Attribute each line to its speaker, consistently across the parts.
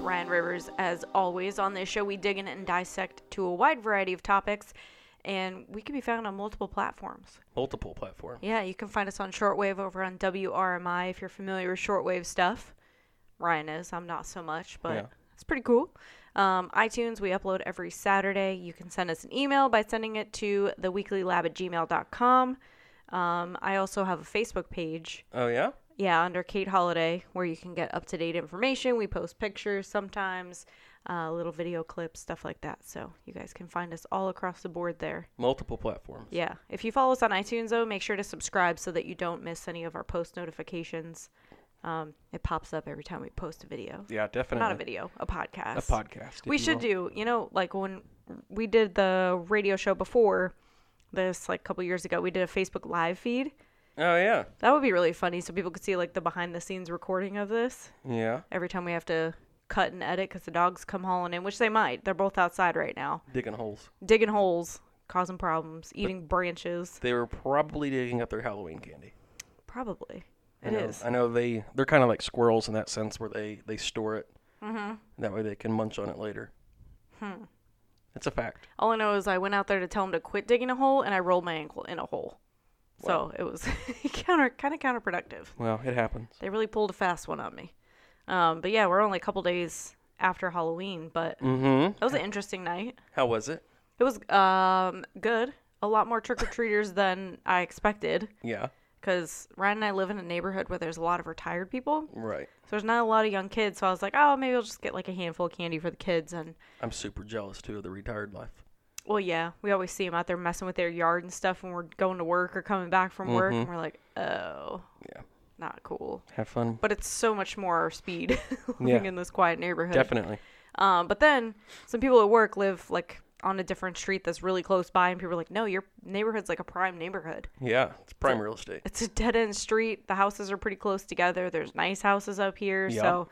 Speaker 1: hours. As always on this show, we dig in and dissect to a wide variety of topics, and we can be found on multiple platforms.
Speaker 2: Multiple platform.
Speaker 1: Yeah, you can find us on shortwave over on WRMI if you're familiar with shortwave stuff. Ryan is. I'm not so much, but
Speaker 2: Yeah.
Speaker 1: it's pretty cool. Um, iTunes, we upload every Saturday. You can send us an email by sending it to theweeklylab at gmail.com. Um, I also have a Facebook page
Speaker 2: Oh yeah.
Speaker 1: yeah, under Kate Holiday, where you can get up to date information. We post pictures sometimes, uh, little video clips, stuff like that. So you guys can find us all across the board there.
Speaker 2: Multiple platforms.
Speaker 1: Yeah. If you follow us on iTunes, though, make sure to subscribe so that you don't miss any of our post notifications. Um, it pops up every time we post a video.
Speaker 2: Yeah, definitely.
Speaker 1: Not a video, a podcast.
Speaker 2: Uh-huh. A podcast. if
Speaker 1: We
Speaker 2: you
Speaker 1: should do,
Speaker 2: will.
Speaker 1: you know, like when we did the radio show before this, like a couple years ago, we did a Facebook live feed.
Speaker 2: Oh yeah.
Speaker 1: That would be really funny so people could see like the behind the scenes recording of this
Speaker 2: Yeah.
Speaker 1: every time we have to cut and edit because the dogs come hauling in, which they might. They're both outside right now,
Speaker 2: Digging holes.
Speaker 1: digging holes, causing problems, eating branches.
Speaker 2: They were probably digging up their Halloween candy.
Speaker 1: Probably.
Speaker 2: I
Speaker 1: It
Speaker 2: know,
Speaker 1: is.
Speaker 2: I know they they're kind of like squirrels in that sense, where they they store it. Mm-hmm. That way they can munch on it later. Hmm. It's a fact.
Speaker 1: All I know is I went out there to tell him to quit digging a hole and I rolled my ankle in a hole. So it was counter kind of counterproductive.
Speaker 2: Well, it happens.
Speaker 1: They really pulled a fast one on me. Um, but yeah, we're only a couple days after Halloween, but
Speaker 2: Mm-hmm.
Speaker 1: that was an interesting night.
Speaker 2: How was it?
Speaker 1: It was um, good. A lot more trick or treaters than I expected.
Speaker 2: Yeah.
Speaker 1: because Ryan and I live in a neighborhood where there's a lot of retired people.
Speaker 2: Right.
Speaker 1: So there's not a lot of young kids. So I was like, oh, maybe I'll just get like a handful of candy for the kids. And
Speaker 2: I'm super jealous too of the retired life.
Speaker 1: well, yeah, we always see them out there messing with their yard and stuff when we're going to work or coming back from work. And we're like, oh,
Speaker 2: Mm-hmm. Yeah.
Speaker 1: not cool.
Speaker 2: Have fun.
Speaker 1: But it's so much more our speed living
Speaker 2: Yeah.
Speaker 1: in this quiet neighborhood.
Speaker 2: Definitely.
Speaker 1: Um, but then some people at work live like on a different street that's really close by. And people are like, no, your neighborhood's like a prime neighborhood.
Speaker 2: Yeah. It's prime real estate.
Speaker 1: it's a dead end street. The houses are pretty close together. There's nice houses up here.
Speaker 2: Yeah.
Speaker 1: So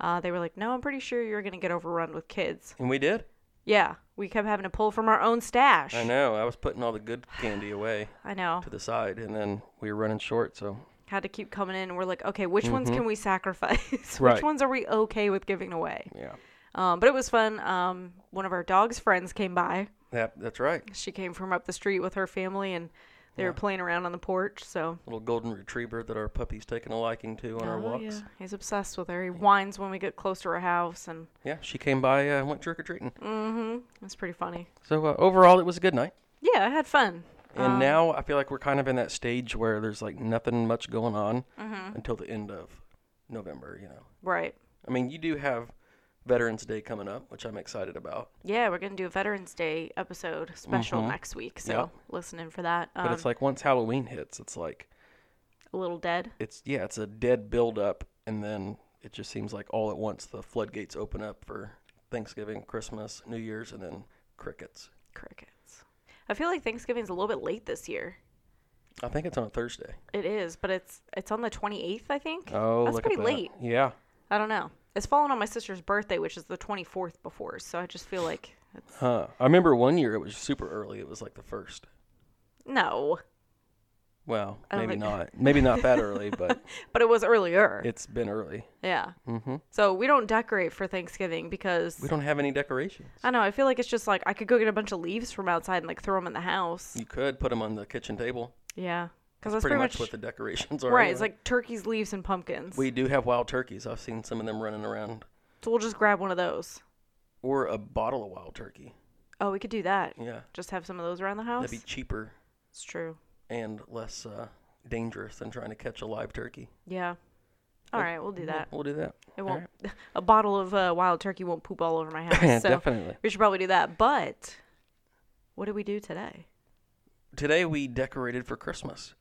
Speaker 1: uh, they were like, no, I'm pretty sure you're going to get overrun with kids.
Speaker 2: And we did.
Speaker 1: Yeah. We kept having to pull from our own stash.
Speaker 2: I know. I was putting all the good candy away
Speaker 1: I know.
Speaker 2: to the side, and then we were running short. So
Speaker 1: Had to keep coming in. We're like, okay, which ones can we sacrifice?
Speaker 2: Mm-hmm. Right.
Speaker 1: which ones are we okay with giving away?
Speaker 2: yeah,
Speaker 1: Um, but it was fun. Um, one of our dog's friends came by.
Speaker 2: that that's right.
Speaker 1: She came from up the street with her family and they were playing around on the porch. So.
Speaker 2: Little golden retriever that our puppy's taking a liking to on our
Speaker 1: Oh,
Speaker 2: walks.
Speaker 1: yeah.
Speaker 2: Yeah.
Speaker 1: He's obsessed with her. He whines when we get close to her house, and mm-hmm,
Speaker 2: she came by uh, and went trick or treating.
Speaker 1: it's pretty funny.
Speaker 2: So uh, overall, it was a good night.
Speaker 1: Yeah, I had fun.
Speaker 2: And
Speaker 1: Oh.
Speaker 2: now I feel like we're kind of in that stage where there's like nothing much going on
Speaker 1: Mm-hmm.
Speaker 2: until the end of November. You know,
Speaker 1: Right.
Speaker 2: I mean, you do have Veterans Day coming up, which I'm excited about.
Speaker 1: Yeah, we're gonna do a Veterans Day episode special next week, so
Speaker 2: Mm-hmm. Yep.
Speaker 1: listen in for that. Um,
Speaker 2: But it's like once Halloween hits, it's like
Speaker 1: a little dead.
Speaker 2: it's yeah, it's a dead build up and then it just seems like all at once the floodgates open up for Thanksgiving, Christmas, New Year's and then crickets.
Speaker 1: Crickets. I feel like Thanksgiving's a little bit late this year.
Speaker 2: I think it's on a Thursday.
Speaker 1: It is, but it's it's on the twenty eighth, I think.
Speaker 2: Oh,
Speaker 1: that's
Speaker 2: look
Speaker 1: pretty
Speaker 2: at that.
Speaker 1: late.
Speaker 2: Yeah.
Speaker 1: I don't know. It's falling on my sister's birthday, which is the twenty fourth before, so I just feel like it's,
Speaker 2: Huh. I remember one year it was super early. It was like the first.
Speaker 1: no,
Speaker 2: Well,
Speaker 1: don't
Speaker 2: maybe
Speaker 1: think-
Speaker 2: not. Maybe not that early, but
Speaker 1: but it was earlier.
Speaker 2: it's been early.
Speaker 1: yeah.
Speaker 2: Mhm.
Speaker 1: So we don't decorate for Thanksgiving because
Speaker 2: We don't have any decorations.
Speaker 1: I know I feel like it's just like I could go get a bunch of leaves from outside and like throw them in the house.
Speaker 2: You could put them on the kitchen table.
Speaker 1: Yeah, because
Speaker 2: That's
Speaker 1: that's
Speaker 2: pretty much, what the decorations are.
Speaker 1: Right, it's
Speaker 2: anyway.
Speaker 1: like turkeys, leaves, and pumpkins.
Speaker 2: we do have wild turkeys. I've seen some of them running around
Speaker 1: so we'll just grab one of those.
Speaker 2: or a bottle of wild turkey.
Speaker 1: Oh, we could do that.
Speaker 2: Yeah.
Speaker 1: Just have some of those around the house.
Speaker 2: That'd be cheaper
Speaker 1: it's true.
Speaker 2: and less uh, dangerous than trying to catch a live turkey.
Speaker 1: Yeah. All right, we'll do that.
Speaker 2: We'll do that.
Speaker 1: It won't. A bottle of uh, wild turkey won't poop all over my
Speaker 2: Yeah,
Speaker 1: house. so
Speaker 2: Definitely.
Speaker 1: We should probably do that. But what did we do today?
Speaker 2: Today we decorated for Christmas.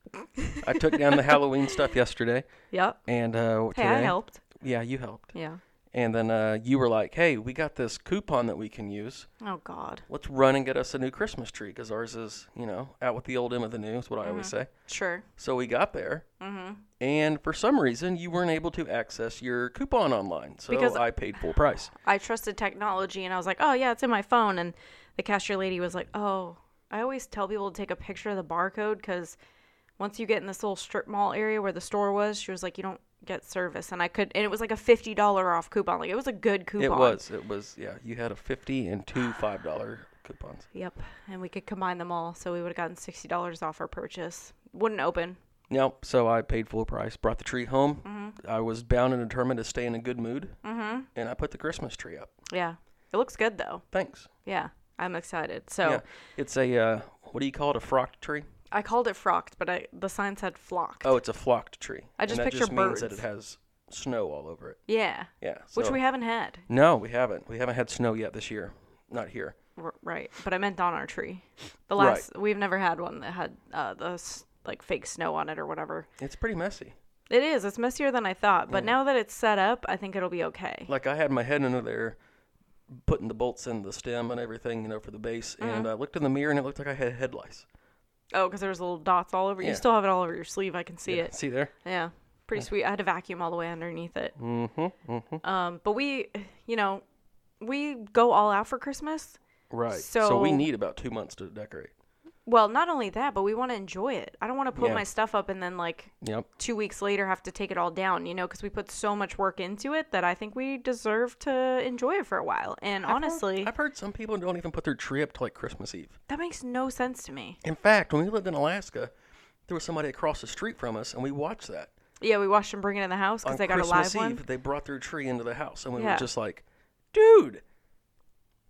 Speaker 2: I took down the Halloween stuff yesterday,
Speaker 1: Yep.
Speaker 2: and uh,
Speaker 1: Hey,
Speaker 2: today,
Speaker 1: I helped.
Speaker 2: yeah, you helped.
Speaker 1: Yeah.
Speaker 2: And then uh, you were like, "Hey, we got this coupon that we can use.
Speaker 1: Oh God.
Speaker 2: Let's run and get us a new Christmas tree because ours is, you know, out with the old M of the new. Is what I
Speaker 1: Uh-huh.
Speaker 2: always say."
Speaker 1: Sure. Mm-hmm.
Speaker 2: So we got there, and for some reason you weren't able to access your coupon online, so
Speaker 1: Because-
Speaker 2: I paid full price.
Speaker 1: I trusted technology, and I was like, oh yeah, it's in my phone. And the cashier lady was like, oh, I always tell people to take a picture of the barcode because once you get in this little strip mall area where the store was, she was like, you don't get service, and I could, and it was like a fifty dollar off coupon. Like it was a good coupon.
Speaker 2: It was. It was. Yeah, you had a fifty and two five dollar coupons.
Speaker 1: Yep, and we could combine them all, so we would have gotten sixty dollars off our purchase. Wouldn't open.
Speaker 2: Nope. So I paid full price, brought the tree home. I was bound and determined to stay in a good mood,
Speaker 1: Mm-hmm.
Speaker 2: and I put the Christmas tree up.
Speaker 1: Yeah, it looks good though.
Speaker 2: Thanks.
Speaker 1: Yeah, I'm excited. So
Speaker 2: Yeah. It's a uh, what do you call it? A frocked tree?
Speaker 1: I called it frocked, but I the sign said flocked.
Speaker 2: Oh, it's a flocked tree.
Speaker 1: I just
Speaker 2: and that
Speaker 1: picture
Speaker 2: just means that
Speaker 1: birds.
Speaker 2: it has snow all over it.
Speaker 1: Yeah,
Speaker 2: Yeah.
Speaker 1: which
Speaker 2: so-
Speaker 1: we haven't had.
Speaker 2: No, we haven't. We haven't had snow yet this year. Not here.
Speaker 1: R- right, but I meant on our tree. The
Speaker 2: Right.
Speaker 1: last we've never had one that had uh, the s- like fake snow on it or whatever.
Speaker 2: It's pretty messy.
Speaker 1: It is. It's messier than I thought,
Speaker 2: Mm.
Speaker 1: but now that it's set up, I think it'll be okay.
Speaker 2: Like I had my head under there, putting the bolts in the stem and everything, you know, for the base.
Speaker 1: Mm-hmm.
Speaker 2: And I looked in the mirror and it looked like I had head lice.
Speaker 1: Oh, because there's little dots all over. You
Speaker 2: Yeah.
Speaker 1: still have it all over your sleeve. I can see
Speaker 2: Yeah,
Speaker 1: it.
Speaker 2: See there?
Speaker 1: Yeah, pretty sweet. I had to vacuum all the way underneath it.
Speaker 2: Mm-hmm. Mm-hmm.
Speaker 1: Um, but we, you know, we go all out for Christmas.
Speaker 2: Right. So, we
Speaker 1: So-
Speaker 2: need about two months to decorate.
Speaker 1: Well, not only that, but we want to enjoy it. I don't want to put
Speaker 2: Yeah.
Speaker 1: my stuff up and then like
Speaker 2: Yep.
Speaker 1: two weeks later have to take it all down, you know, because we put so much work into it that I think we deserve to enjoy it for a while. And honestly,
Speaker 2: I've heard some people don't even put their tree up till like Christmas Eve.
Speaker 1: that makes no sense to me.
Speaker 2: In fact, when we lived in Alaska, there was somebody across the street from us, and we watched that.
Speaker 1: Yeah, we watched them bring it in the house because
Speaker 2: On
Speaker 1: they got
Speaker 2: Christmas
Speaker 1: a live
Speaker 2: Eve,
Speaker 1: one.
Speaker 2: they brought their tree into the house, and we
Speaker 1: Yeah.
Speaker 2: were just like, "Dude,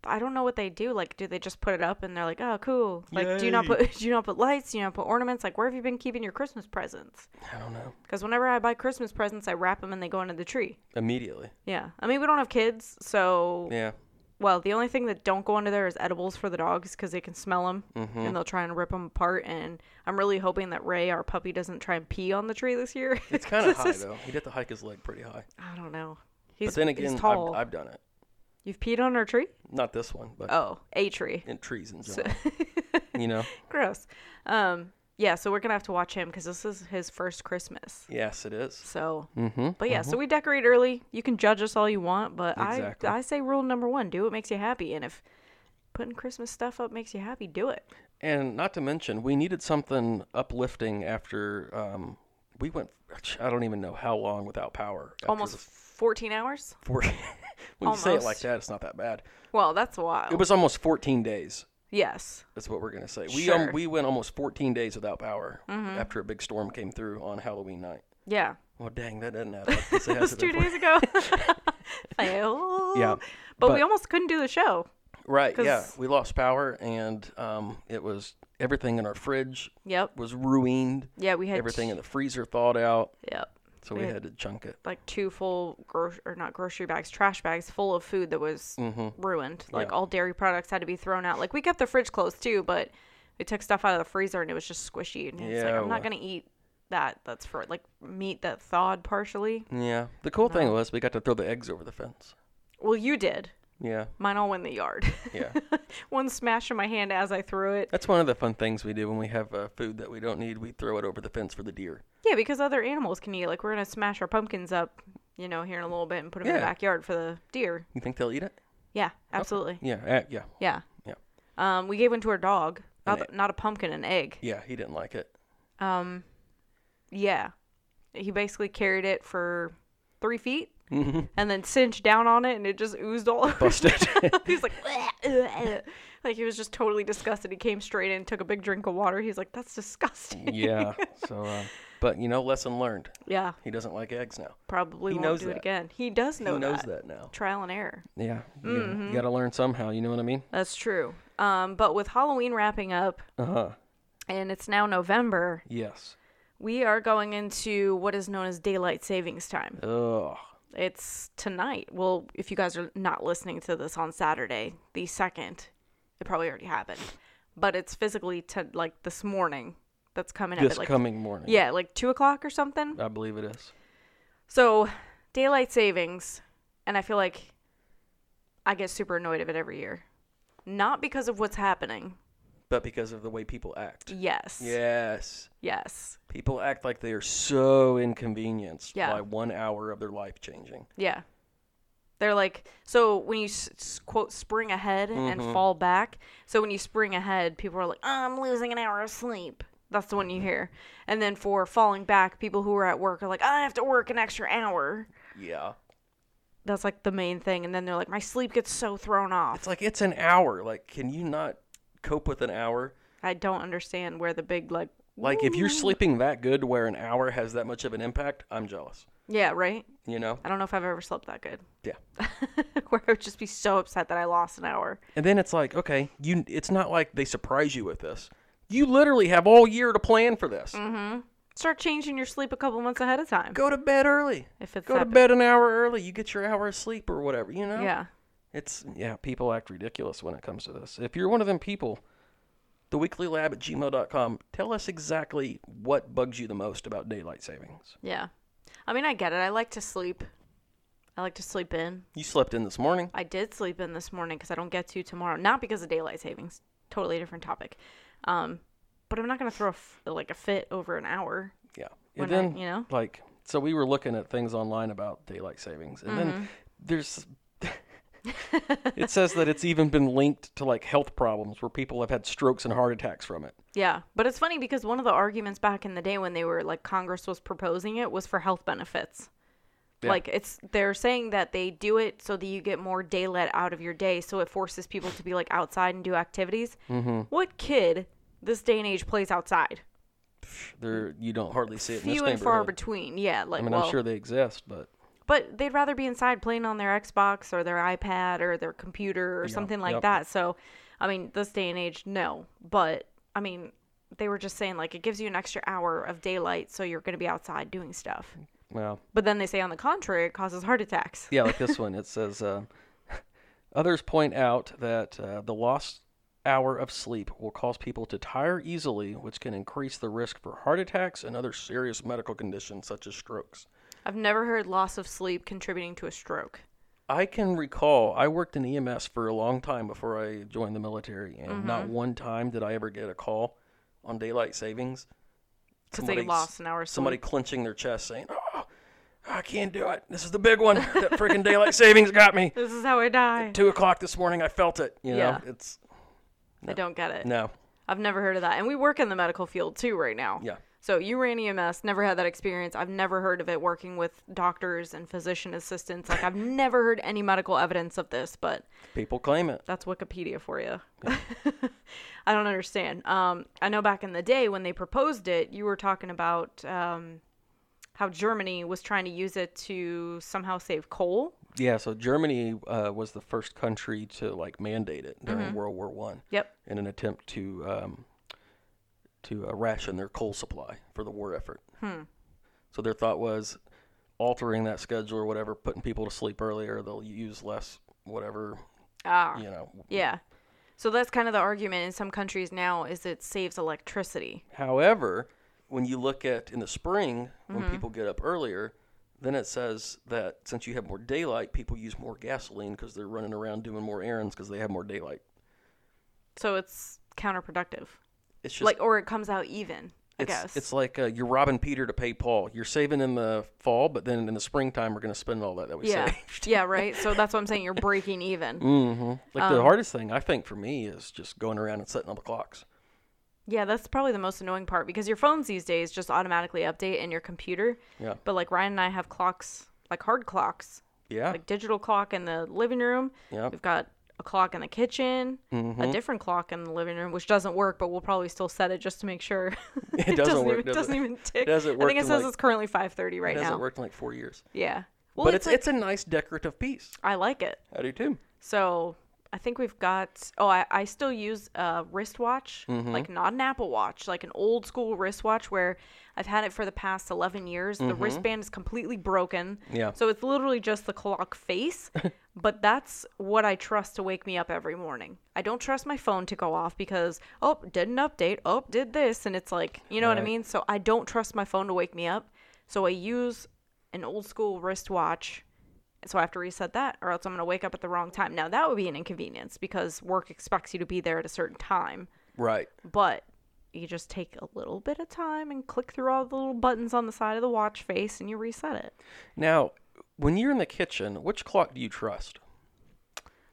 Speaker 1: I don't know what they do. Like, do they just put it up and they're like, "Oh, cool." Like, do you not
Speaker 2: Yay.
Speaker 1: put do you not put lights? Do you not put ornaments? Like, where have you been keeping your Christmas presents?
Speaker 2: I don't know."
Speaker 1: Because whenever I buy Christmas presents, I wrap them and they go into the tree.
Speaker 2: Immediately,
Speaker 1: Yeah, I mean we don't have kids, so
Speaker 2: yeah,
Speaker 1: well the only thing that don't go under there is edibles for the dogs because they can smell them
Speaker 2: Mm-hmm.
Speaker 1: and they'll try and rip them apart. And I'm really hoping that Ray, our puppy, doesn't try and pee on the tree this year.
Speaker 2: it's kind of high
Speaker 1: is-
Speaker 2: though. He'd have to hike his leg pretty high.
Speaker 1: I don't know.
Speaker 2: But
Speaker 1: He's,
Speaker 2: then again,
Speaker 1: he's
Speaker 2: I've-
Speaker 1: tall.
Speaker 2: I've, done it.
Speaker 1: You've peed on our tree?
Speaker 2: Not this one, but
Speaker 1: Oh, a tree.
Speaker 2: in trees in general. you know,
Speaker 1: Gross. Um, yeah, so we're gonna have to watch him because this is his first Christmas.
Speaker 2: yes, it is.
Speaker 1: So,
Speaker 2: Mm-hmm.
Speaker 1: but yeah, so we decorate early. You can judge us all you want, but
Speaker 2: Exactly.
Speaker 1: I I say rule number one: do what makes you happy, and if putting Christmas stuff up makes you happy, do it.
Speaker 2: And not to mention, we needed something uplifting after um, we went. I don't even know how long without power. after
Speaker 1: Almost
Speaker 2: the
Speaker 1: 14 hours.
Speaker 2: four- when you say it like
Speaker 1: Almost. Oh.
Speaker 2: that, it's not that bad.
Speaker 1: Well, that's a while.
Speaker 2: It was almost 14 days.
Speaker 1: yes.
Speaker 2: That's what we're gonna say. We um,
Speaker 1: Sure.
Speaker 2: we went almost 14 days without power after a big storm came through on Halloween night.
Speaker 1: Yeah.
Speaker 2: Well, dang, that doesn't add up. 'cause It
Speaker 1: It was
Speaker 2: hasn't
Speaker 1: two
Speaker 2: been four-
Speaker 1: days ago. Fail.
Speaker 2: Yeah,
Speaker 1: But,
Speaker 2: but-
Speaker 1: we almost couldn't do the show.
Speaker 2: Right? Yeah,
Speaker 1: 'cause-
Speaker 2: we lost power, and um, it was everything in our fridge
Speaker 1: Yep.
Speaker 2: was ruined.
Speaker 1: Yeah, we had
Speaker 2: Everything in the freezer thawed out,
Speaker 1: Yep.
Speaker 2: so we
Speaker 1: Yeah.
Speaker 2: had to chunk it.
Speaker 1: like two full grocery or not grocery bags, trash bags full of food that was
Speaker 2: Mm-hmm.
Speaker 1: ruined. Like all dairy products had to be thrown out. Like we kept the fridge closed too, but we took stuff out of the freezer and it was just squishy. And it's like
Speaker 2: Yeah,
Speaker 1: I'm not
Speaker 2: well-
Speaker 1: gonna eat that. That's for like meat that thawed partially.
Speaker 2: Yeah. The cool thing was we got to throw the eggs over the fence.
Speaker 1: Well, you did.
Speaker 2: Yeah.
Speaker 1: Mine all went in the yard.
Speaker 2: Yeah.
Speaker 1: One smashed in my hand as I threw it.
Speaker 2: That's one of the fun things we do when we have uh, food that we don't need. We throw it over the fence for the deer.
Speaker 1: Yeah, because other animals can eat. it. Like we're gonna smash our pumpkins up, you know, here in a little bit and put them in the
Speaker 2: Yeah.
Speaker 1: backyard for the deer.
Speaker 2: You think they'll eat it?
Speaker 1: Yeah, absolutely.
Speaker 2: Yeah. Uh, yeah.
Speaker 1: Yeah.
Speaker 2: Yeah.
Speaker 1: Um, we gave one to our dog.
Speaker 2: An
Speaker 1: Not, not a pumpkin, an egg.
Speaker 2: Yeah. He didn't like it.
Speaker 1: Um, yeah. He basically carried it for three feet
Speaker 2: Mm-hmm.
Speaker 1: and then cinched down on it and it just oozed all over.
Speaker 2: Busted.
Speaker 1: he was like, "Bleh, bleh." like he was just totally disgusted. He came straight in, took a big drink of water. He's like, that's disgusting.
Speaker 2: yeah. So, uh, but you know, lesson learned.
Speaker 1: Yeah,
Speaker 2: He doesn't like eggs now.
Speaker 1: probably
Speaker 2: He
Speaker 1: won't
Speaker 2: knows
Speaker 1: do it
Speaker 2: that.
Speaker 1: again. He does know
Speaker 2: he knows
Speaker 1: that.
Speaker 2: that now.
Speaker 1: Trial and error.
Speaker 2: Yeah. You-
Speaker 1: Mm-hmm.
Speaker 2: You got to learn somehow. You know what I mean?
Speaker 1: That's true. Um, but with Halloween wrapping up
Speaker 2: Uh huh.
Speaker 1: and it's now November,
Speaker 2: Yes.
Speaker 1: we are going into what is known as daylight savings time.
Speaker 2: Ugh.
Speaker 1: It's tonight. Well, if you guys are not listening to this on Saturday, the 2nd, it probably already happened. But it's physically to like this morning that's coming up
Speaker 2: This
Speaker 1: at like
Speaker 2: coming morning.
Speaker 1: yeah, like two o'clock or something.
Speaker 2: I believe it is.
Speaker 1: So daylight savings, and I feel like I get super annoyed of it every year. Not because of what's happening.
Speaker 2: But because of the way people act.
Speaker 1: Yes.
Speaker 2: Yes.
Speaker 1: Yes.
Speaker 2: People act like they are so inconvenienced
Speaker 1: Yeah.
Speaker 2: by one hour of their life changing.
Speaker 1: Yeah. They're like, so when you s- s- quote spring "Oh,
Speaker 2: Mm-hmm.
Speaker 1: ahead and fall back, so when you spring ahead, people are like, I'm losing an hour of sleep. That's the one
Speaker 2: Mm-hmm.
Speaker 1: you hear. And then for falling back, people who are at work are like, I have to work an extra hour.
Speaker 2: Yeah.
Speaker 1: That's like the main thing. And then they're like, my sleep gets so thrown off.
Speaker 2: It's like it's an hour. Like, can you not cope with an hour?
Speaker 1: I don't understand where the big, like,
Speaker 2: Like, if you're sleeping that good, where an hour has that much of an impact, I'm jealous.
Speaker 1: yeah, right?
Speaker 2: You know?
Speaker 1: I don't know if I've ever slept that good.
Speaker 2: Yeah.
Speaker 1: where I would just be so upset that I lost an hour.
Speaker 2: And then it's like, okay, you. It's not like they surprise you with this. You literally have all year to plan for this.
Speaker 1: Start changing your sleep a couple months ahead of time.
Speaker 2: Go to bed early.
Speaker 1: If it's
Speaker 2: Go to
Speaker 1: happening.
Speaker 2: bed an hour early. You get your hour of sleep or whatever. You know.
Speaker 1: Yeah.
Speaker 2: It's yeah. People act ridiculous when it comes to this. If you're one of them people, the weekly lab at gmail.com. Tell us exactly what bugs you the most about daylight savings.
Speaker 1: Yeah. I mean, I get it. I like to sleep. I like to sleep in.
Speaker 2: You slept in this morning.
Speaker 1: I did sleep in this morning because I don't get to tomorrow. Not because of daylight savings. Totally different topic. Um, but I'm not gonna throw a f- like a fit over an hour.
Speaker 2: Yeah.
Speaker 1: When
Speaker 2: And
Speaker 1: I-
Speaker 2: then,
Speaker 1: you know?
Speaker 2: like, so we were looking at things online about daylight savings, and
Speaker 1: Mm-hmm.
Speaker 2: then there's. it says that it's even been linked to like health problems where people have had strokes and heart attacks from it.
Speaker 1: Yeah, but it's funny because one of the arguments back in the day when they were like Congress was proposing it was for health benefits.
Speaker 2: Yeah.
Speaker 1: Like it's they're saying that they do it so that you get more daylight out of your day, so it forces people to be like outside and do activities. What kid this day and age plays outside?
Speaker 2: There, you don't hardly see it in this
Speaker 1: Few and
Speaker 2: neighborhood.
Speaker 1: far between. Yeah, like
Speaker 2: I mean,
Speaker 1: well,
Speaker 2: I'm sure they exist, but
Speaker 1: but they'd rather be inside playing on their Xbox or their iPad or their computer or something like
Speaker 2: yep.
Speaker 1: that. So, I mean, this day and age, no. But I mean, they were just saying like it gives you an extra hour of daylight, so you're going to be outside doing stuff.
Speaker 2: well,
Speaker 1: But then they say on the contrary, it causes heart attacks.
Speaker 2: yeah, like this one. It says uh, others point out that uh, the lost hour of sleep will cause people to tire easily, which can increase the risk for heart attacks and other serious medical conditions such as strokes.
Speaker 1: I've never heard loss of sleep contributing to a stroke.
Speaker 2: I can recall I worked in EMS for a long time before I joined the military, and
Speaker 1: Mm-hmm.
Speaker 2: not one time did I ever get a call on daylight savings.
Speaker 1: 'Cause they
Speaker 2: Somebody's-
Speaker 1: lost an hour's
Speaker 2: Somebody clenching their chest saying, "Oh, I can't do it. This is the big one. That freaking daylight savings got me.
Speaker 1: This is how I die.
Speaker 2: Two o'clock this morning, I felt it. You know,
Speaker 1: Yeah.
Speaker 2: it's
Speaker 1: I don't get it.
Speaker 2: no,
Speaker 1: I've never heard of that. And we work in the medical field too right now.
Speaker 2: yeah,
Speaker 1: So you ran EMS, never had that experience. I've never heard of it working with doctors and physician assistants. Like I've never heard any medical evidence of this, but
Speaker 2: people claim it.
Speaker 1: that's Wikipedia for you. I don't understand. Um, I know back in the day when they proposed it, you were talking about um, how Germany was trying to use it to somehow save coal.
Speaker 2: Yeah, so Germany uh, was the first country to like mandate it during World War One.
Speaker 1: Yep.
Speaker 2: in an attempt to um, to uh, ration their coal supply for the war effort. So their thought was altering that schedule or whatever, putting people to sleep earlier. They'll use less whatever
Speaker 1: Ah.
Speaker 2: you know.
Speaker 1: Yeah. So that's kind of the argument in some countries now is it saves electricity.
Speaker 2: However, when you look at in the spring when
Speaker 1: Mm-hmm.
Speaker 2: people get up earlier. Then it says that since you have more daylight, people use more gasoline because they're running around doing more errands because they have more daylight.
Speaker 1: So it's counterproductive.
Speaker 2: It's just
Speaker 1: Like or it comes out even, I
Speaker 2: it's,
Speaker 1: guess.
Speaker 2: it's like uh, you're robbing Peter to pay Paul. You're saving in the fall, but then in the springtime, we're going to spend all that that we
Speaker 1: Yeah.
Speaker 2: saved.
Speaker 1: yeah, right. So that's what I'm saying. You're breaking even.
Speaker 2: hmm Like
Speaker 1: Um,
Speaker 2: the hardest thing I think for me is just going around and setting up clocks.
Speaker 1: Yeah, that's probably the most annoying part because your phones these days just automatically update in your computer.
Speaker 2: Yeah.
Speaker 1: But like Ryan and I have clocks, like hard clocks,
Speaker 2: Yeah.
Speaker 1: like digital clock in the living room.
Speaker 2: Yep. Mm-hmm.
Speaker 1: We've got a clock in the kitchen, a different clock in the living room, which doesn't work, but we'll probably still set it just to make sure
Speaker 2: it doesn't, work.
Speaker 1: even,
Speaker 2: does
Speaker 1: doesn't
Speaker 2: it?
Speaker 1: even tick.
Speaker 2: doesn't
Speaker 1: I
Speaker 2: work
Speaker 1: think it
Speaker 2: in,
Speaker 1: says
Speaker 2: like-
Speaker 1: it's currently 5:30
Speaker 2: It
Speaker 1: right
Speaker 2: hasn't
Speaker 1: now.
Speaker 2: worked in like four years.
Speaker 1: Yeah. Well,
Speaker 2: but
Speaker 1: it's,
Speaker 2: it's
Speaker 1: like,
Speaker 2: it's a nice decorative piece.
Speaker 1: I like it.
Speaker 2: I do too.
Speaker 1: So I think we've got. Oh, I, I still use a wristwatch,
Speaker 2: Mm-hmm.
Speaker 1: like not an Apple Watch, like an old school wristwatch where I've had it for the past 11 years. The wristband is completely broken.
Speaker 2: Mm-hmm. Yeah.
Speaker 1: So it's literally just the clock face, but that's what I trust to wake me up every morning. I don't trust my phone to go off because, oh, didn't update. Oh, did this. And it's like, you know what I
Speaker 2: Right.
Speaker 1: mean? So I don't trust my phone to wake me up. So I use an old school wristwatch so I have to reset that, or else I'm going to wake up at the wrong time. Now, that would be an inconvenience because work expects you to be there at a certain time,
Speaker 2: Right.
Speaker 1: but you just take a little bit of time and click through all the little buttons on the side of the watch face and you reset it.
Speaker 2: Now, when you're in the kitchen, which clock do you trust?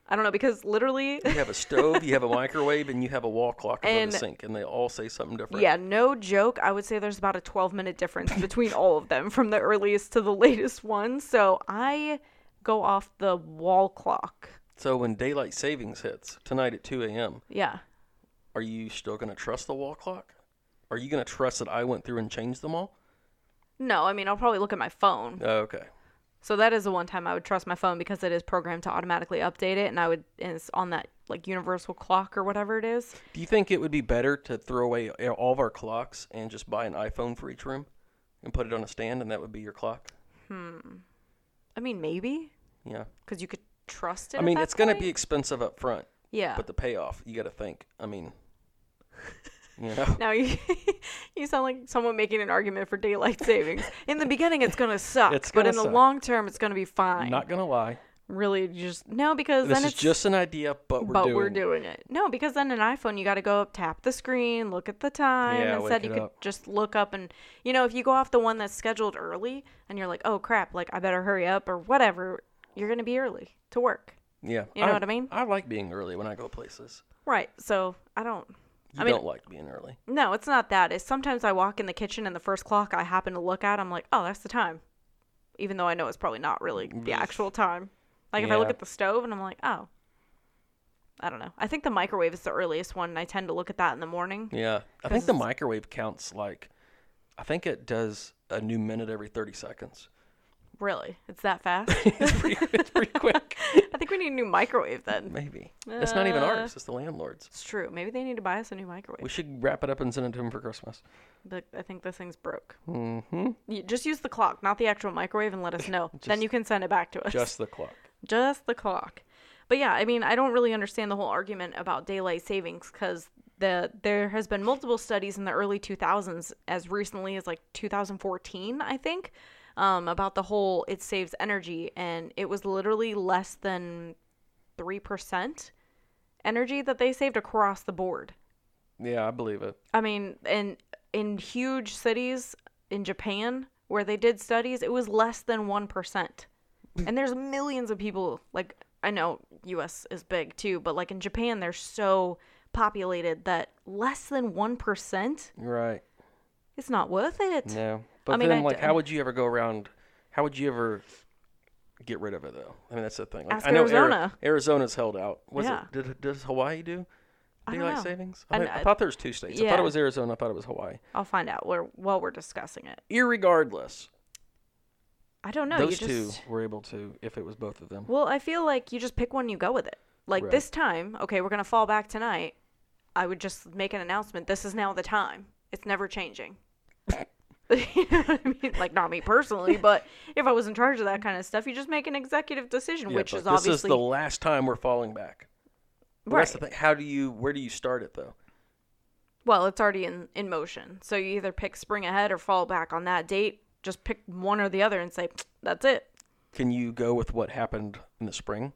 Speaker 1: I don't know because literally,
Speaker 2: You have a stove, you have a microwave, and you have a wall clock above
Speaker 1: And-
Speaker 2: the sink, and they all say something different.
Speaker 1: yeah, no joke. I would say there's about a 12 minute difference between all of them from the earliest to the latest one. So I go off the wall clock.
Speaker 2: So when daylight savings hits tonight at 2 a.m.,
Speaker 1: Yeah.
Speaker 2: are you still going to trust the wall clock? Are you going to trust that I went through and changed them all?
Speaker 1: No, I mean I'll probably look at my phone.
Speaker 2: Oh, okay.
Speaker 1: So that is the one time I would trust my phone because it is programmed to automatically update it, and I would and it's on that like universal clock or whatever it is.
Speaker 2: Do you think it would be better to throw away all of our clocks and just buy an iPhone for each room and put it on a stand, and that would be your clock?
Speaker 1: I mean maybe
Speaker 2: Yeah.
Speaker 1: because you could trust it.
Speaker 2: I
Speaker 1: at
Speaker 2: mean,
Speaker 1: that
Speaker 2: it's going to
Speaker 1: point.
Speaker 2: be expensive up front,
Speaker 1: yeah.
Speaker 2: but the payoff, you got to think. I mean, you know.
Speaker 1: now you you sound like someone making an argument for daylight savings. In the beginning, it's gonna suck,
Speaker 2: It's
Speaker 1: but
Speaker 2: gonna
Speaker 1: in the
Speaker 2: suck.
Speaker 1: long term, it's gonna be fine.
Speaker 2: Not gonna lie,
Speaker 1: really, you just no because
Speaker 2: this
Speaker 1: then
Speaker 2: is
Speaker 1: it's
Speaker 2: just an idea, but we're
Speaker 1: but
Speaker 2: doing.
Speaker 1: we're doing it. No, because then an iPhone, you got to go up, tap the screen, look at the time.
Speaker 2: Yeah,
Speaker 1: Instead,
Speaker 2: wake
Speaker 1: you
Speaker 2: it
Speaker 1: could
Speaker 2: up.
Speaker 1: just look up and, you know, if you go off the one that's scheduled early and you're like, oh crap, like I better hurry up or whatever, you're going to be early to work.
Speaker 2: yeah,
Speaker 1: You know what I mean?
Speaker 2: I like being early when I go places.
Speaker 1: Right. So I don't.
Speaker 2: You
Speaker 1: I mean-
Speaker 2: don't like being early.
Speaker 1: No, it's not that. It's sometimes I walk in the kitchen and the first clock I happen to look at, I'm like, oh, that's the time. Even though I know it's probably not really the actual time. Like if I look
Speaker 2: Mm, Yeah.
Speaker 1: at the stove and I'm like, oh, I don't know. I think the microwave is the earliest one, and I tend to look at that in the morning.
Speaker 2: Yeah, I think the
Speaker 1: Because-
Speaker 2: microwave counts like, I think it does a new minute every thirty seconds.
Speaker 1: Really? It's that fast?
Speaker 2: it's pretty, it's pretty quick.
Speaker 1: I think we need a new microwave then.
Speaker 2: Maybe it's not even
Speaker 1: Uh,
Speaker 2: ours; it's the landlord's.
Speaker 1: It's true. Maybe they need to buy us a new microwave.
Speaker 2: We should wrap it up and send it to him for Christmas.
Speaker 1: But I think this thing's broke.
Speaker 2: Mm-hmm.
Speaker 1: You just use the clock, not the actual microwave, and let us know. then
Speaker 2: Just-
Speaker 1: you can send it back to us.
Speaker 2: Just the clock.
Speaker 1: Just the clock. But yeah, I mean, I don't really understand the whole argument about daylight savings because the there has been multiple studies in the early 2000s, as recently as like 2014, I think, um, about the whole it saves energy, and it was literally less than three percent energy that they saved across the board.
Speaker 2: Yeah, I believe it.
Speaker 1: I mean, in in huge cities in Japan where they did studies, it was less than one percent.
Speaker 2: Mm.
Speaker 1: And there's millions of people. Like I know U.S. is big too, but like in Japan, they're so populated that less than one percent,
Speaker 2: You're right.
Speaker 1: it's not worth it.
Speaker 2: No, but
Speaker 1: mean,
Speaker 2: then
Speaker 1: I
Speaker 2: like,
Speaker 1: d-
Speaker 2: how would you ever go around? How would you ever get rid of it though? I mean, that's the thing. Like,
Speaker 1: Ask
Speaker 2: I know Ari-
Speaker 1: Arizona.
Speaker 2: Arizona's held out. Was
Speaker 1: Yeah.
Speaker 2: it? Did, does Hawaii do
Speaker 1: don't
Speaker 2: daylight
Speaker 1: know.
Speaker 2: savings?
Speaker 1: I
Speaker 2: I, mean,
Speaker 1: kn-
Speaker 2: I thought there was two states. I thought
Speaker 1: Yeah.
Speaker 2: it was Arizona. I thought it was Hawaii.
Speaker 1: I'll find out where while we're discussing it.
Speaker 2: Irregardless,
Speaker 1: I don't know.
Speaker 2: those
Speaker 1: you
Speaker 2: two
Speaker 1: just,
Speaker 2: were able to if it was both of them.
Speaker 1: Well, I feel like you just pick one, you go with it. Like
Speaker 2: Right.
Speaker 1: this time, okay, we're gonna fall back tonight. I would just make an announcement. This is now the time. It's never changing. you know what I mean? Like not me personally, but if I was in charge of that kind of stuff, you just make an executive decision,
Speaker 2: Yeah,
Speaker 1: which
Speaker 2: but
Speaker 1: is
Speaker 2: this
Speaker 1: obviously
Speaker 2: is the last time we're falling back. Well,
Speaker 1: right.
Speaker 2: That's the thing. How do you? Where do you start it though?
Speaker 1: Well, it's already in in motion, so you either pick spring ahead or fall back on that date. Just pick one or the other and say that's it.
Speaker 2: Can you go with what happened in the spring?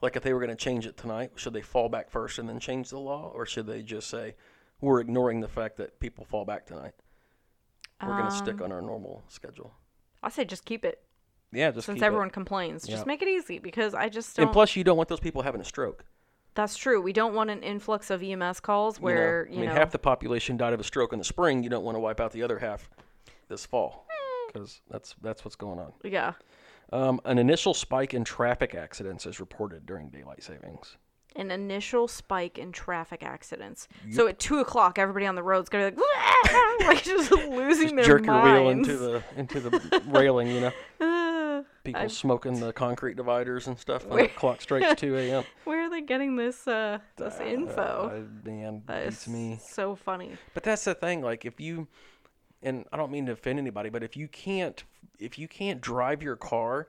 Speaker 2: Like if they were going to change it tonight, should they fall back first and then change the law, or should they just say we're ignoring the fact that people fall back tonight? We're
Speaker 1: Um,
Speaker 2: going to stick on our normal schedule.
Speaker 1: I say just keep it
Speaker 2: Yeah, just
Speaker 1: since
Speaker 2: keep it.
Speaker 1: everyone complains.
Speaker 2: Yeah.
Speaker 1: Just make it easy because I just don't.
Speaker 2: And plus, you don't want those people having a stroke.
Speaker 1: That's true. We don't want an influx of EMS calls
Speaker 2: you know?
Speaker 1: where
Speaker 2: I
Speaker 1: you know,
Speaker 2: mean, half the population died of a stroke in the spring. You don't want to wipe out the other half this fall
Speaker 1: Hmm.
Speaker 2: because that's that's what's going on.
Speaker 1: yeah.
Speaker 2: Um, an initial spike in traffic accidents is reported during daylight savings.
Speaker 1: An initial spike in traffic accidents. So at two o'clock, everybody on the road's gonna be like, "Wah!" like just losing their
Speaker 2: Jerk your wheel
Speaker 1: minds.
Speaker 2: into the into the railing, you know.
Speaker 1: Ah,
Speaker 2: People smoking the concrete dividers and stuff when the clock strikes two a.m.
Speaker 1: Where are they getting this uh this info?
Speaker 2: Uh, man,
Speaker 1: That is
Speaker 2: beats me.
Speaker 1: so funny.
Speaker 2: But that's the thing. Like if you, and I don't mean to offend anybody, but if you can't if you can't drive your car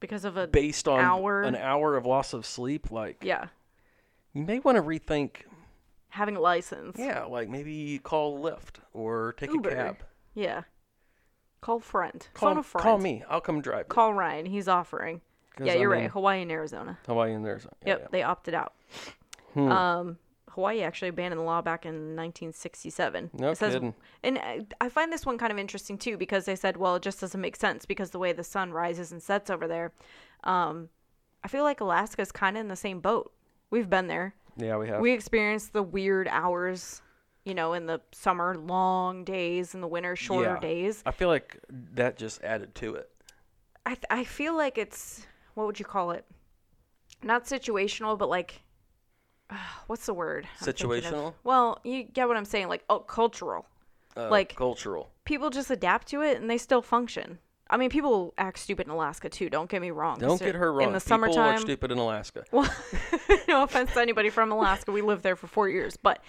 Speaker 1: Because of a
Speaker 2: based on
Speaker 1: Hour.
Speaker 2: an hour of loss of sleep, like
Speaker 1: yeah,
Speaker 2: you may want to rethink.
Speaker 1: having a license.
Speaker 2: Yeah, like maybe call Lyft or take
Speaker 1: Uber.
Speaker 2: a cab.
Speaker 1: Yeah. Call friend.
Speaker 2: Call,
Speaker 1: Phone a friend.
Speaker 2: call me. I'll come drive. you.
Speaker 1: Call Ryan. He's offering.
Speaker 2: 'Cause,
Speaker 1: Yeah,
Speaker 2: I
Speaker 1: you're
Speaker 2: mean,
Speaker 1: right. Hawaii and Arizona.
Speaker 2: Hawaii and Arizona. Yeah,
Speaker 1: Yep, they opted out.
Speaker 2: Hmm.
Speaker 1: Um, Hawaii actually abandoned the law back in 1967.
Speaker 2: No
Speaker 1: it says,
Speaker 2: kidding.
Speaker 1: And I, I find this one kind of interesting too because they said, well, it just doesn't make sense because the way the sun rises and sets over there. Um, I feel like Alaska's kind of in the same boat. We've been there.
Speaker 2: Yeah, we have.
Speaker 1: We experienced the weird hours, you know, in the summer, long days, in the winter, shorter
Speaker 2: Yeah.
Speaker 1: days.
Speaker 2: I feel like that just added to it.
Speaker 1: I, th- I feel like it's, what would you call it? Not situational, but like, what's the word? I'm thinking of?
Speaker 2: Situational?
Speaker 1: Well, you get what I'm saying. Like, oh, cultural.
Speaker 2: Uh,
Speaker 1: Like-
Speaker 2: cultural.
Speaker 1: People just adapt to it and they still function. I mean, people act stupid in Alaska too. Don't get me wrong.
Speaker 2: Don't
Speaker 1: So
Speaker 2: get her wrong.
Speaker 1: In the
Speaker 2: People are
Speaker 1: summertime,
Speaker 2: stupid in Alaska.
Speaker 1: Well, no offense to anybody from Alaska. We lived there for four years, but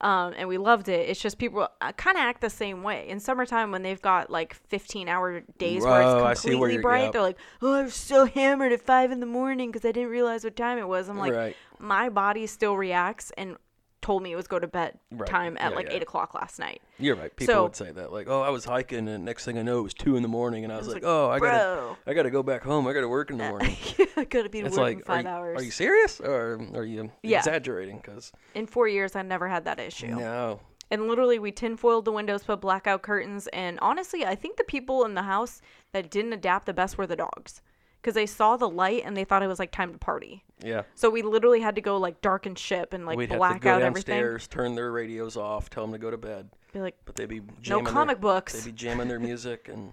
Speaker 1: um, and we loved it. It's just people kind of act the same way in summertime when they've got like 15 hour days where
Speaker 2: Oh, I
Speaker 1: it's
Speaker 2: see where
Speaker 1: completely
Speaker 2: you're-
Speaker 1: bright.
Speaker 2: yep.
Speaker 1: They're like, oh, I was so hammered at five in the morning because I didn't realize what time it was. I'm like,
Speaker 2: Right.
Speaker 1: my body still reacts and told me it was go to bed
Speaker 2: Right.
Speaker 1: time at
Speaker 2: Yeah,
Speaker 1: like
Speaker 2: yeah.
Speaker 1: eight o'clock last night.
Speaker 2: You're right. People
Speaker 1: So-
Speaker 2: would say that, like, "Oh, I was hiking, and next thing I know, it was two in the morning, and I was, like,
Speaker 1: like,
Speaker 2: oh, I gotta,
Speaker 1: "Bro." Uh,
Speaker 2: I gotta go back home. I gotta work in the morning."
Speaker 1: I could have been
Speaker 2: It's
Speaker 1: working
Speaker 2: like, are
Speaker 1: five
Speaker 2: you,
Speaker 1: hours.
Speaker 2: are you serious, or are you
Speaker 1: Yeah.
Speaker 2: exaggerating? Because
Speaker 1: In four years, I never had that issue.
Speaker 2: no,
Speaker 1: And literally, we tinfoiled the windows, put blackout curtains, and honestly, I think the people in the house that didn't adapt the best were the dogs because they saw the light and they thought it was like time to party.
Speaker 2: yeah,
Speaker 1: So we literally had to go like darken ship and like
Speaker 2: we'd
Speaker 1: black
Speaker 2: have to go
Speaker 1: out
Speaker 2: downstairs, turn their radios off, tell them to go to bed,
Speaker 1: everything. Be like,
Speaker 2: but they'd be jamming their-
Speaker 1: comic books.
Speaker 2: They'd be jamming their music, and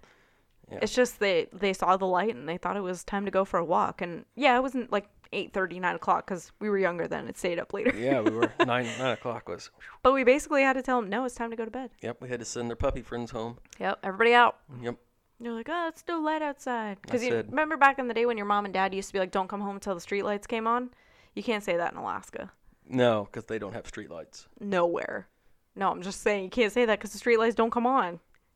Speaker 1: it's just they they saw the light and they thought it was time to go for a walk. And yeah, it wasn't like 8:30, 9 o'clock because we were younger then. It stayed up later.
Speaker 2: yeah, we were nine nine o'clock was.
Speaker 1: But we basically had to tell them, no, it's time to go to bed.
Speaker 2: Yep, we had to send their puppy friends home.
Speaker 1: Yep, everybody out.
Speaker 2: Yep,
Speaker 1: They're like, oh, it's still light outside. Because
Speaker 2: I
Speaker 1: you
Speaker 2: said-
Speaker 1: remember back in the day when your mom and dad used to be like, don't come home until the streetlights came on? You can't say that in Alaska.
Speaker 2: no, because they don't have streetlights.
Speaker 1: Nowhere. No, I'm just saying you can't say that because the streetlights don't come on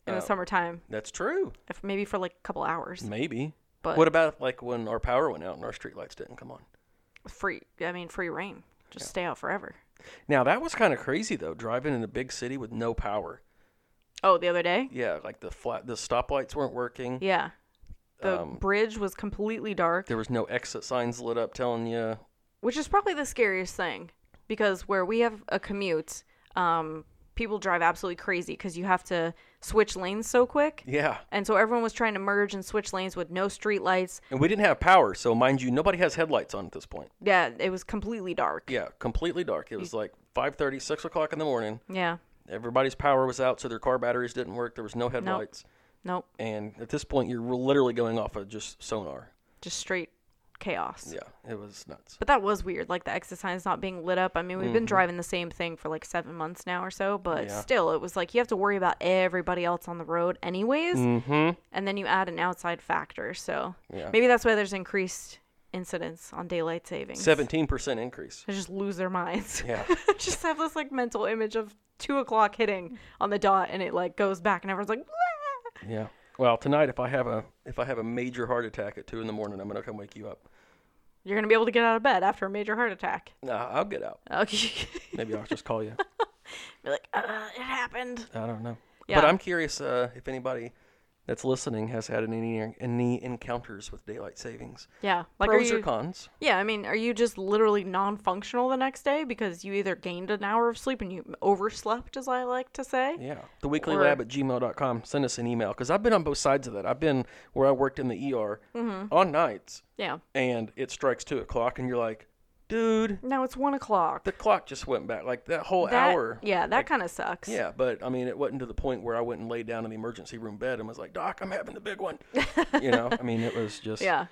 Speaker 1: in
Speaker 2: Oh.
Speaker 1: the summertime,
Speaker 2: That's true.
Speaker 1: if, maybe for like a couple hours.
Speaker 2: Maybe.
Speaker 1: But
Speaker 2: what about like when our power went out and our streetlights didn't come on? Mm.
Speaker 1: free, I mean, free rain. Just stay out forever.
Speaker 2: Now that was kind of crazy though, driving in a big city with no power.
Speaker 1: Oh, the other day?
Speaker 2: Yeah, like the flat, the stoplights weren't working.
Speaker 1: Yeah. The bridge was completely dark,
Speaker 2: Um, There was no exit signs lit up telling you.
Speaker 1: which is probably the scariest thing because where we have a commute, um, people drive absolutely crazy because you have to switch lanes so quick.
Speaker 2: Yeah,
Speaker 1: And so everyone was trying to merge and switch lanes with no street lights.
Speaker 2: and we didn't have power, so mind you, nobody has headlights on at this point.
Speaker 1: Yeah, it was completely dark.
Speaker 2: Yeah, completely dark. It was like 5:30, 6 o'clock in the morning.
Speaker 1: Yeah.
Speaker 2: Everybody's power was out, so their car batteries didn't work. There was no headlights,
Speaker 1: Nope.
Speaker 2: and at this point, you're literally going off of just sonar.
Speaker 1: Just straight chaos.
Speaker 2: Yeah, it was nuts.
Speaker 1: But that was weird. Like the exit signs not being lit up. I mean, we've been driving the same thing for like seven months now or so, but
Speaker 2: Mm-hmm. Yeah.
Speaker 1: still, it was like you have to worry about everybody else on the road, anyways.
Speaker 2: Mm-hmm.
Speaker 1: And then you add an outside factor. So
Speaker 2: Yeah.
Speaker 1: maybe that's why there's increased incidents on daylight savings.
Speaker 2: Seventeen percent increase.
Speaker 1: They just lose their minds.
Speaker 2: Yeah.
Speaker 1: just have this like mental image of two o'clock hitting on the dot and it like goes back and everyone's like, "Wah!"
Speaker 2: Yeah. Well, tonight if I have a if I have a major heart attack at two in the morning, I'm gonna come wake you up.
Speaker 1: You're gonna be able to get out of bed after a major heart attack.
Speaker 2: Nah, I'll get out.
Speaker 1: Okay.
Speaker 2: Maybe I'll just call you.
Speaker 1: Be like, uh, it happened.
Speaker 2: I don't know.
Speaker 1: Yeah.
Speaker 2: But I'm curious uh, if anybody that's listening has had any any encounters with daylight savings.
Speaker 1: Yeah. Like,
Speaker 2: Pros
Speaker 1: are
Speaker 2: or
Speaker 1: you?
Speaker 2: cons?
Speaker 1: Yeah, I mean, are you just literally non-functional the next day because you either gained an hour of sleep and you overslept, as I like to say?
Speaker 2: Yeah. The weekly
Speaker 1: Or-
Speaker 2: lab at gmail.com. Send us an email because I've been on both sides of that. I've been where I worked in the ER
Speaker 1: Mm-hmm.
Speaker 2: on nights
Speaker 1: Yeah.
Speaker 2: and it strikes two o'clock and you're like, dude,
Speaker 1: Now it's one o'clock.
Speaker 2: the clock just went back. Like that whole
Speaker 1: That-
Speaker 2: hour.
Speaker 1: Yeah, that kind of sucks.
Speaker 2: Yeah, but I mean, it wasn't to the point where I went and laid down in the emergency room bed and was like, "Doc, I'm having the big one." you know, I mean, it was just
Speaker 1: Yeah.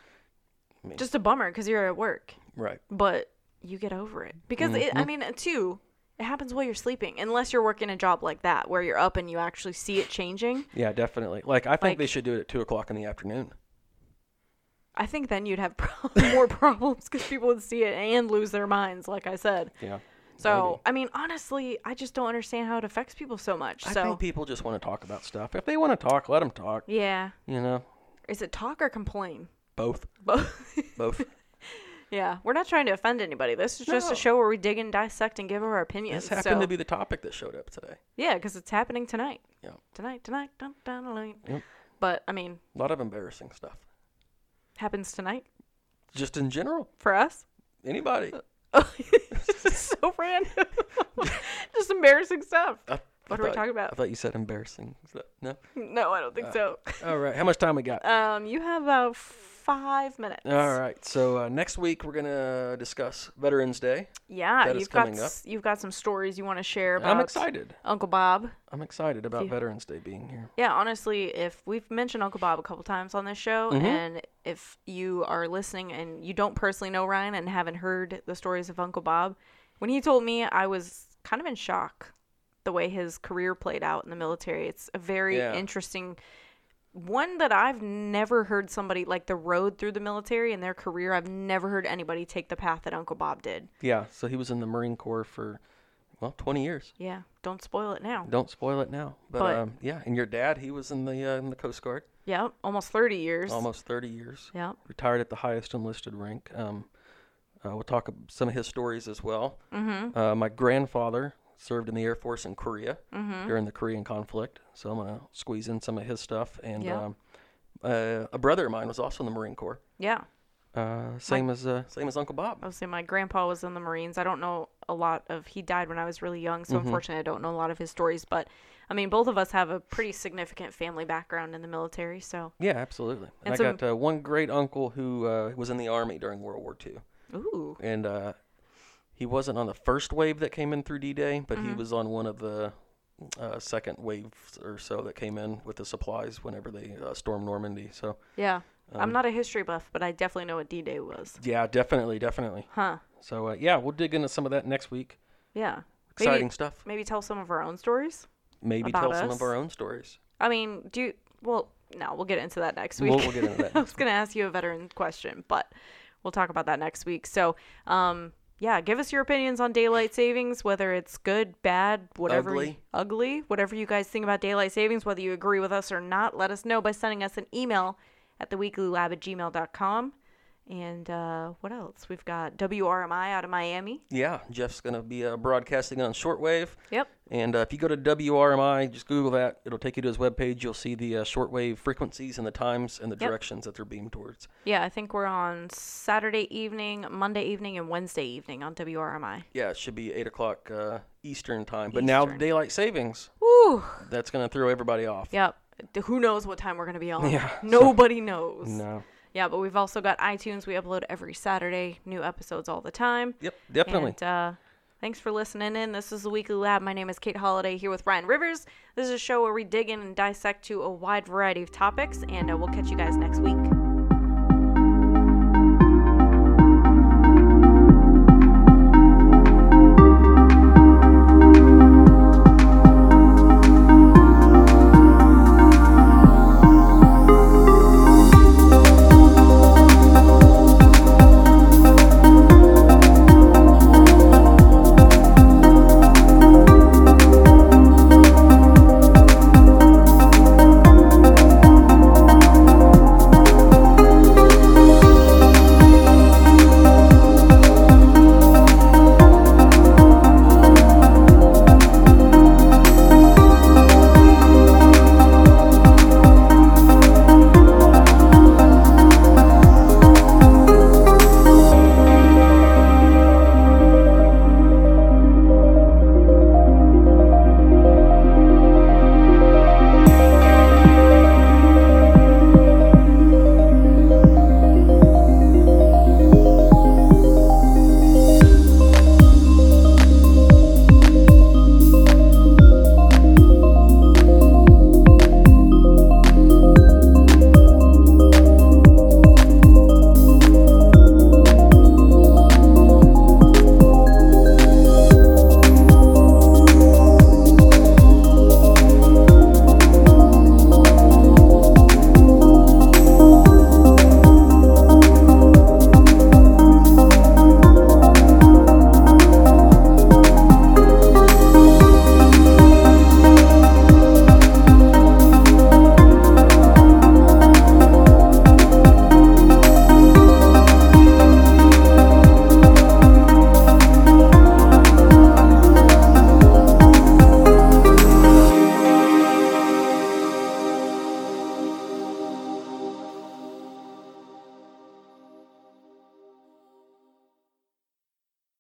Speaker 2: I mean-
Speaker 1: Just a bummer because you're at work.
Speaker 2: right.
Speaker 1: but you get over it because
Speaker 2: Mm,
Speaker 1: it, I mean, too, it happens while you're sleeping, unless you're working a job like that where you're up and you actually see it changing.
Speaker 2: Yeah, definitely. Like, I think
Speaker 1: Like-
Speaker 2: they should do it at two o'clock in the afternoon.
Speaker 1: I think then you'd have prob- more problems because people would see it and lose their minds, like I said.
Speaker 2: Yeah,
Speaker 1: So, I mean, honestly, I just don't understand how it affects people so much.
Speaker 2: I
Speaker 1: so,
Speaker 2: think people just want to talk about stuff. If they want to talk, let them talk.
Speaker 1: yeah,
Speaker 2: You know,
Speaker 1: is it talk or complain?
Speaker 2: both,
Speaker 1: Both.
Speaker 2: both.
Speaker 1: yeah, we're not trying to offend anybody. This is just
Speaker 2: No.
Speaker 1: a show where we dig and dissect and give our opinions.
Speaker 2: this happened
Speaker 1: so-
Speaker 2: to be the topic that showed up today.
Speaker 1: yeah, because it's happening tonight.
Speaker 2: Yeah,
Speaker 1: Tonight, tonight, dun, dun, dun, dun.
Speaker 2: Yep.
Speaker 1: But I mean,
Speaker 2: a lot of embarrassing stuff.
Speaker 1: happens tonight
Speaker 2: Just in general,
Speaker 1: for us.
Speaker 2: anybody.
Speaker 1: Uh, so random. Just embarrassing stuff.
Speaker 2: I- I
Speaker 1: What are we
Speaker 2: thought- Uh,
Speaker 1: talking
Speaker 2: I
Speaker 1: about?
Speaker 2: thought you said embarrassing. stuff. No.
Speaker 1: No, I don't think so. Uh,
Speaker 2: All right. How much time we got?
Speaker 1: Um, you have about five minutes.
Speaker 2: All right. So uh, next week we're gonna discuss Veterans Day.
Speaker 1: Yeah,
Speaker 2: That is
Speaker 1: you've got
Speaker 2: coming up.
Speaker 1: s- you've got some stories you want to share about
Speaker 2: I'm excited.
Speaker 1: Uncle Bob.
Speaker 2: I'm excited about
Speaker 1: Yeah.
Speaker 2: Veterans Day being here.
Speaker 1: Yeah, honestly, if we've mentioned Uncle Bob a couple times on this show,
Speaker 2: Mm-hmm.
Speaker 1: and if you are listening and you don't personally know Ryan and haven't heard the stories of Uncle Bob, when he told me, I was kind of in shock the way his career played out in the military. It's a very
Speaker 2: Yeah.
Speaker 1: interesting one that I've never heard somebody like the road through the military and their career. I've never heard anybody take the path that Uncle Bob did.
Speaker 2: Yeah. So he was in the Marine Corps for well 20 years.
Speaker 1: Yeah, don't spoil it now.
Speaker 2: Don't spoil it now. But,
Speaker 1: But-
Speaker 2: um, yeah, and your dad, he was in the uh, in the Coast Guard
Speaker 1: Yeah, almost 30 years.
Speaker 2: almost 30 years.
Speaker 1: Yeah.
Speaker 2: Retired at the highest enlisted rank. Um, uh, we'll talk ab- some of his stories as well. Mm-hmm. Uh, my grandfather served in the Air Force in Korea during the Korean conflict, so I'm gonna squeeze in some of his stuff. And
Speaker 1: Yeah.
Speaker 2: um, uh, a brother of mine was also in the Marine Corps.
Speaker 1: Yeah.
Speaker 2: Uh, same as uh, same as Uncle Bob.
Speaker 1: I was saying my grandpa was in the Marines. I don't know a lot of he died when I was really young, so unfortunately I don't know a lot of his stories, but I mean both of us have a pretty significant family background in the military, so
Speaker 2: Yeah, absolutely. And,
Speaker 1: And
Speaker 2: I
Speaker 1: some-
Speaker 2: got uh, one great uncle who uh, was in the army during World War II,
Speaker 1: ooh.
Speaker 2: and uh, he wasn't on the first wave that came in through D-Day, but
Speaker 1: Mm-hmm.
Speaker 2: he was on one of the uh, second waves or so that came in with the supplies whenever they uh, stormed Normandy. So
Speaker 1: Yeah. I'm not a history buff, but I definitely know what D-Day was.
Speaker 2: yeah, definitely, definitely.
Speaker 1: Huh.
Speaker 2: So uh, yeah, we'll dig into some of that next week.
Speaker 1: Yeah. Maybe-
Speaker 2: Exciting stuff.
Speaker 1: Maybe tell some of our own stories.
Speaker 2: Maybe
Speaker 1: about
Speaker 2: tell some
Speaker 1: us.
Speaker 2: of our own stories.
Speaker 1: I mean, do you, well, no, we'll get into that next week.
Speaker 2: We'll- we'll get into that
Speaker 1: I was going to ask you a veteran question, but we'll talk about that next week. So, um, yeah, give us your opinions on daylight savings, whether it's good, bad, whatever,
Speaker 2: Ugly.
Speaker 1: ugly, whatever you guys think about daylight savings, whether you agree with us or not. Let us know by sending us an email at theweeklylab at gmail.com. And uh, what else? We've got WRMI out of Miami.
Speaker 2: Yeah, Jeff's gonna be uh, broadcasting on shortwave.
Speaker 1: Yep.
Speaker 2: And uh, if you go to WRMI, just Google that. It'll take you to his webpage. You'll see the uh, shortwave frequencies and the times and the
Speaker 1: Yep.
Speaker 2: directions that they're beamed towards.
Speaker 1: Yeah, I think we're on Saturday evening, Monday evening, and Wednesday evening on WRMI.
Speaker 2: Yeah, it should be 8 o'clock uh, Eastern time. But now
Speaker 1: Eastern.
Speaker 2: daylight savings,
Speaker 1: Woo!
Speaker 2: that's going to throw everybody off.
Speaker 1: Yep. D- Who knows what time we're going to be on?
Speaker 2: Yeah, so-
Speaker 1: Nobody knows.
Speaker 2: No.
Speaker 1: Yeah, but we've also got iTunes. We upload every Saturday, new episodes all the time.
Speaker 2: Yep, definitely.
Speaker 1: And uh, thanks for listening in. This is the Weekly Lab. My name is Kate Holiday here with Ryan Rivers. This is a show where we dig in and dissect to a wide variety of topics, and uh, we'll catch you guys next week.